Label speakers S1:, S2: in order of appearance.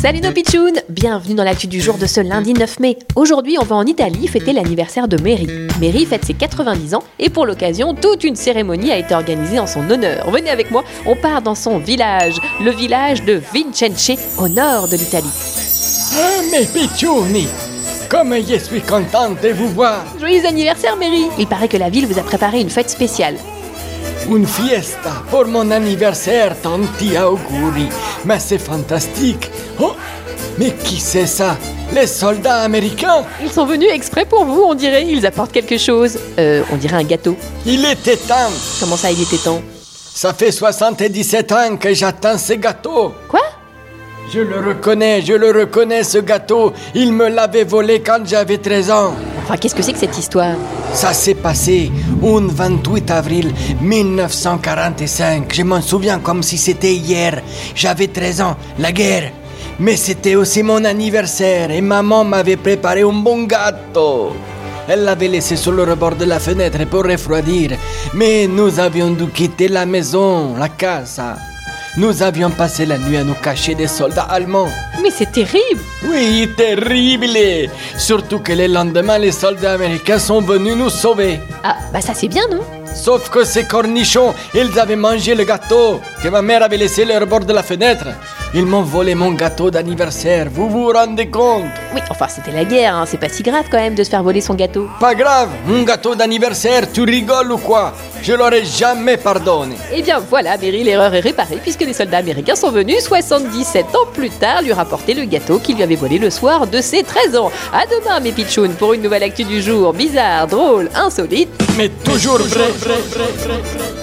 S1: Salut nos pitchounes Bienvenue dans l'actu du jour de ce lundi 9 mai. Aujourd'hui, on va en Italie fêter l'anniversaire de Mary. Mary fête ses 90 ans et pour l'occasion, toute une cérémonie a été organisée en son honneur. Venez avec moi, on part dans son village, le village de Vincenze, au nord de l'Italie.
S2: Ah, mes pitchouni Comme je suis contente de vous voir
S1: Joyeux anniversaire Mary Il paraît que la ville vous a préparé une fête spéciale.
S2: Une fiesta pour mon anniversaire, tanti auguri Mais c'est fantastique Oh Mais qui c'est ça Les soldats américains
S1: Ils sont venus exprès pour vous, on dirait. Ils apportent quelque chose. Euh, on dirait un gâteau.
S2: Il était temps
S1: Comment ça, il était temps
S2: Ça fait 77 ans que j'attends ce gâteau
S1: Quoi
S2: Je le reconnais, je le reconnais ce gâteau Il me l'avait volé quand j'avais 13 ans
S1: Enfin, qu'est-ce que c'est que cette histoire
S2: Ça s'est passé un 28 avril 1945. Je m'en souviens comme si c'était hier. J'avais 13 ans, la guerre. Mais c'était aussi mon anniversaire et maman m'avait préparé un bon gâteau. Elle l'avait laissé sur le rebord de la fenêtre pour refroidir. Mais nous avions dû quitter la maison, la casa. Nous avions passé la nuit à nous cacher des soldats allemands.
S1: Mais c'est terrible
S2: Oui, terrible Surtout que le lendemain, les soldats américains sont venus nous sauver.
S1: Ah, bah ça c'est bien, non
S2: Sauf que ces cornichons, ils avaient mangé le gâteau que ma mère avait laissé le rebord de la fenêtre. Ils m'ont volé mon gâteau d'anniversaire, vous vous rendez compte
S1: Oui, enfin, c'était la guerre, hein. c'est pas si grave quand même de se faire voler son gâteau.
S2: Pas grave, mon gâteau d'anniversaire, tu rigoles ou quoi Je l'aurais jamais pardonné.
S1: Eh bien voilà, Mary, l'erreur est réparée puisque les soldats américains sont venus 77 ans plus tard lui rapporter le gâteau qu'ils lui avaient volé le soir de ses 13 ans. À demain, mes pitchounes, pour une nouvelle actu du jour. Bizarre, drôle, insolite.
S2: Mais toujours vrai. vrai, vrai, vrai, vrai.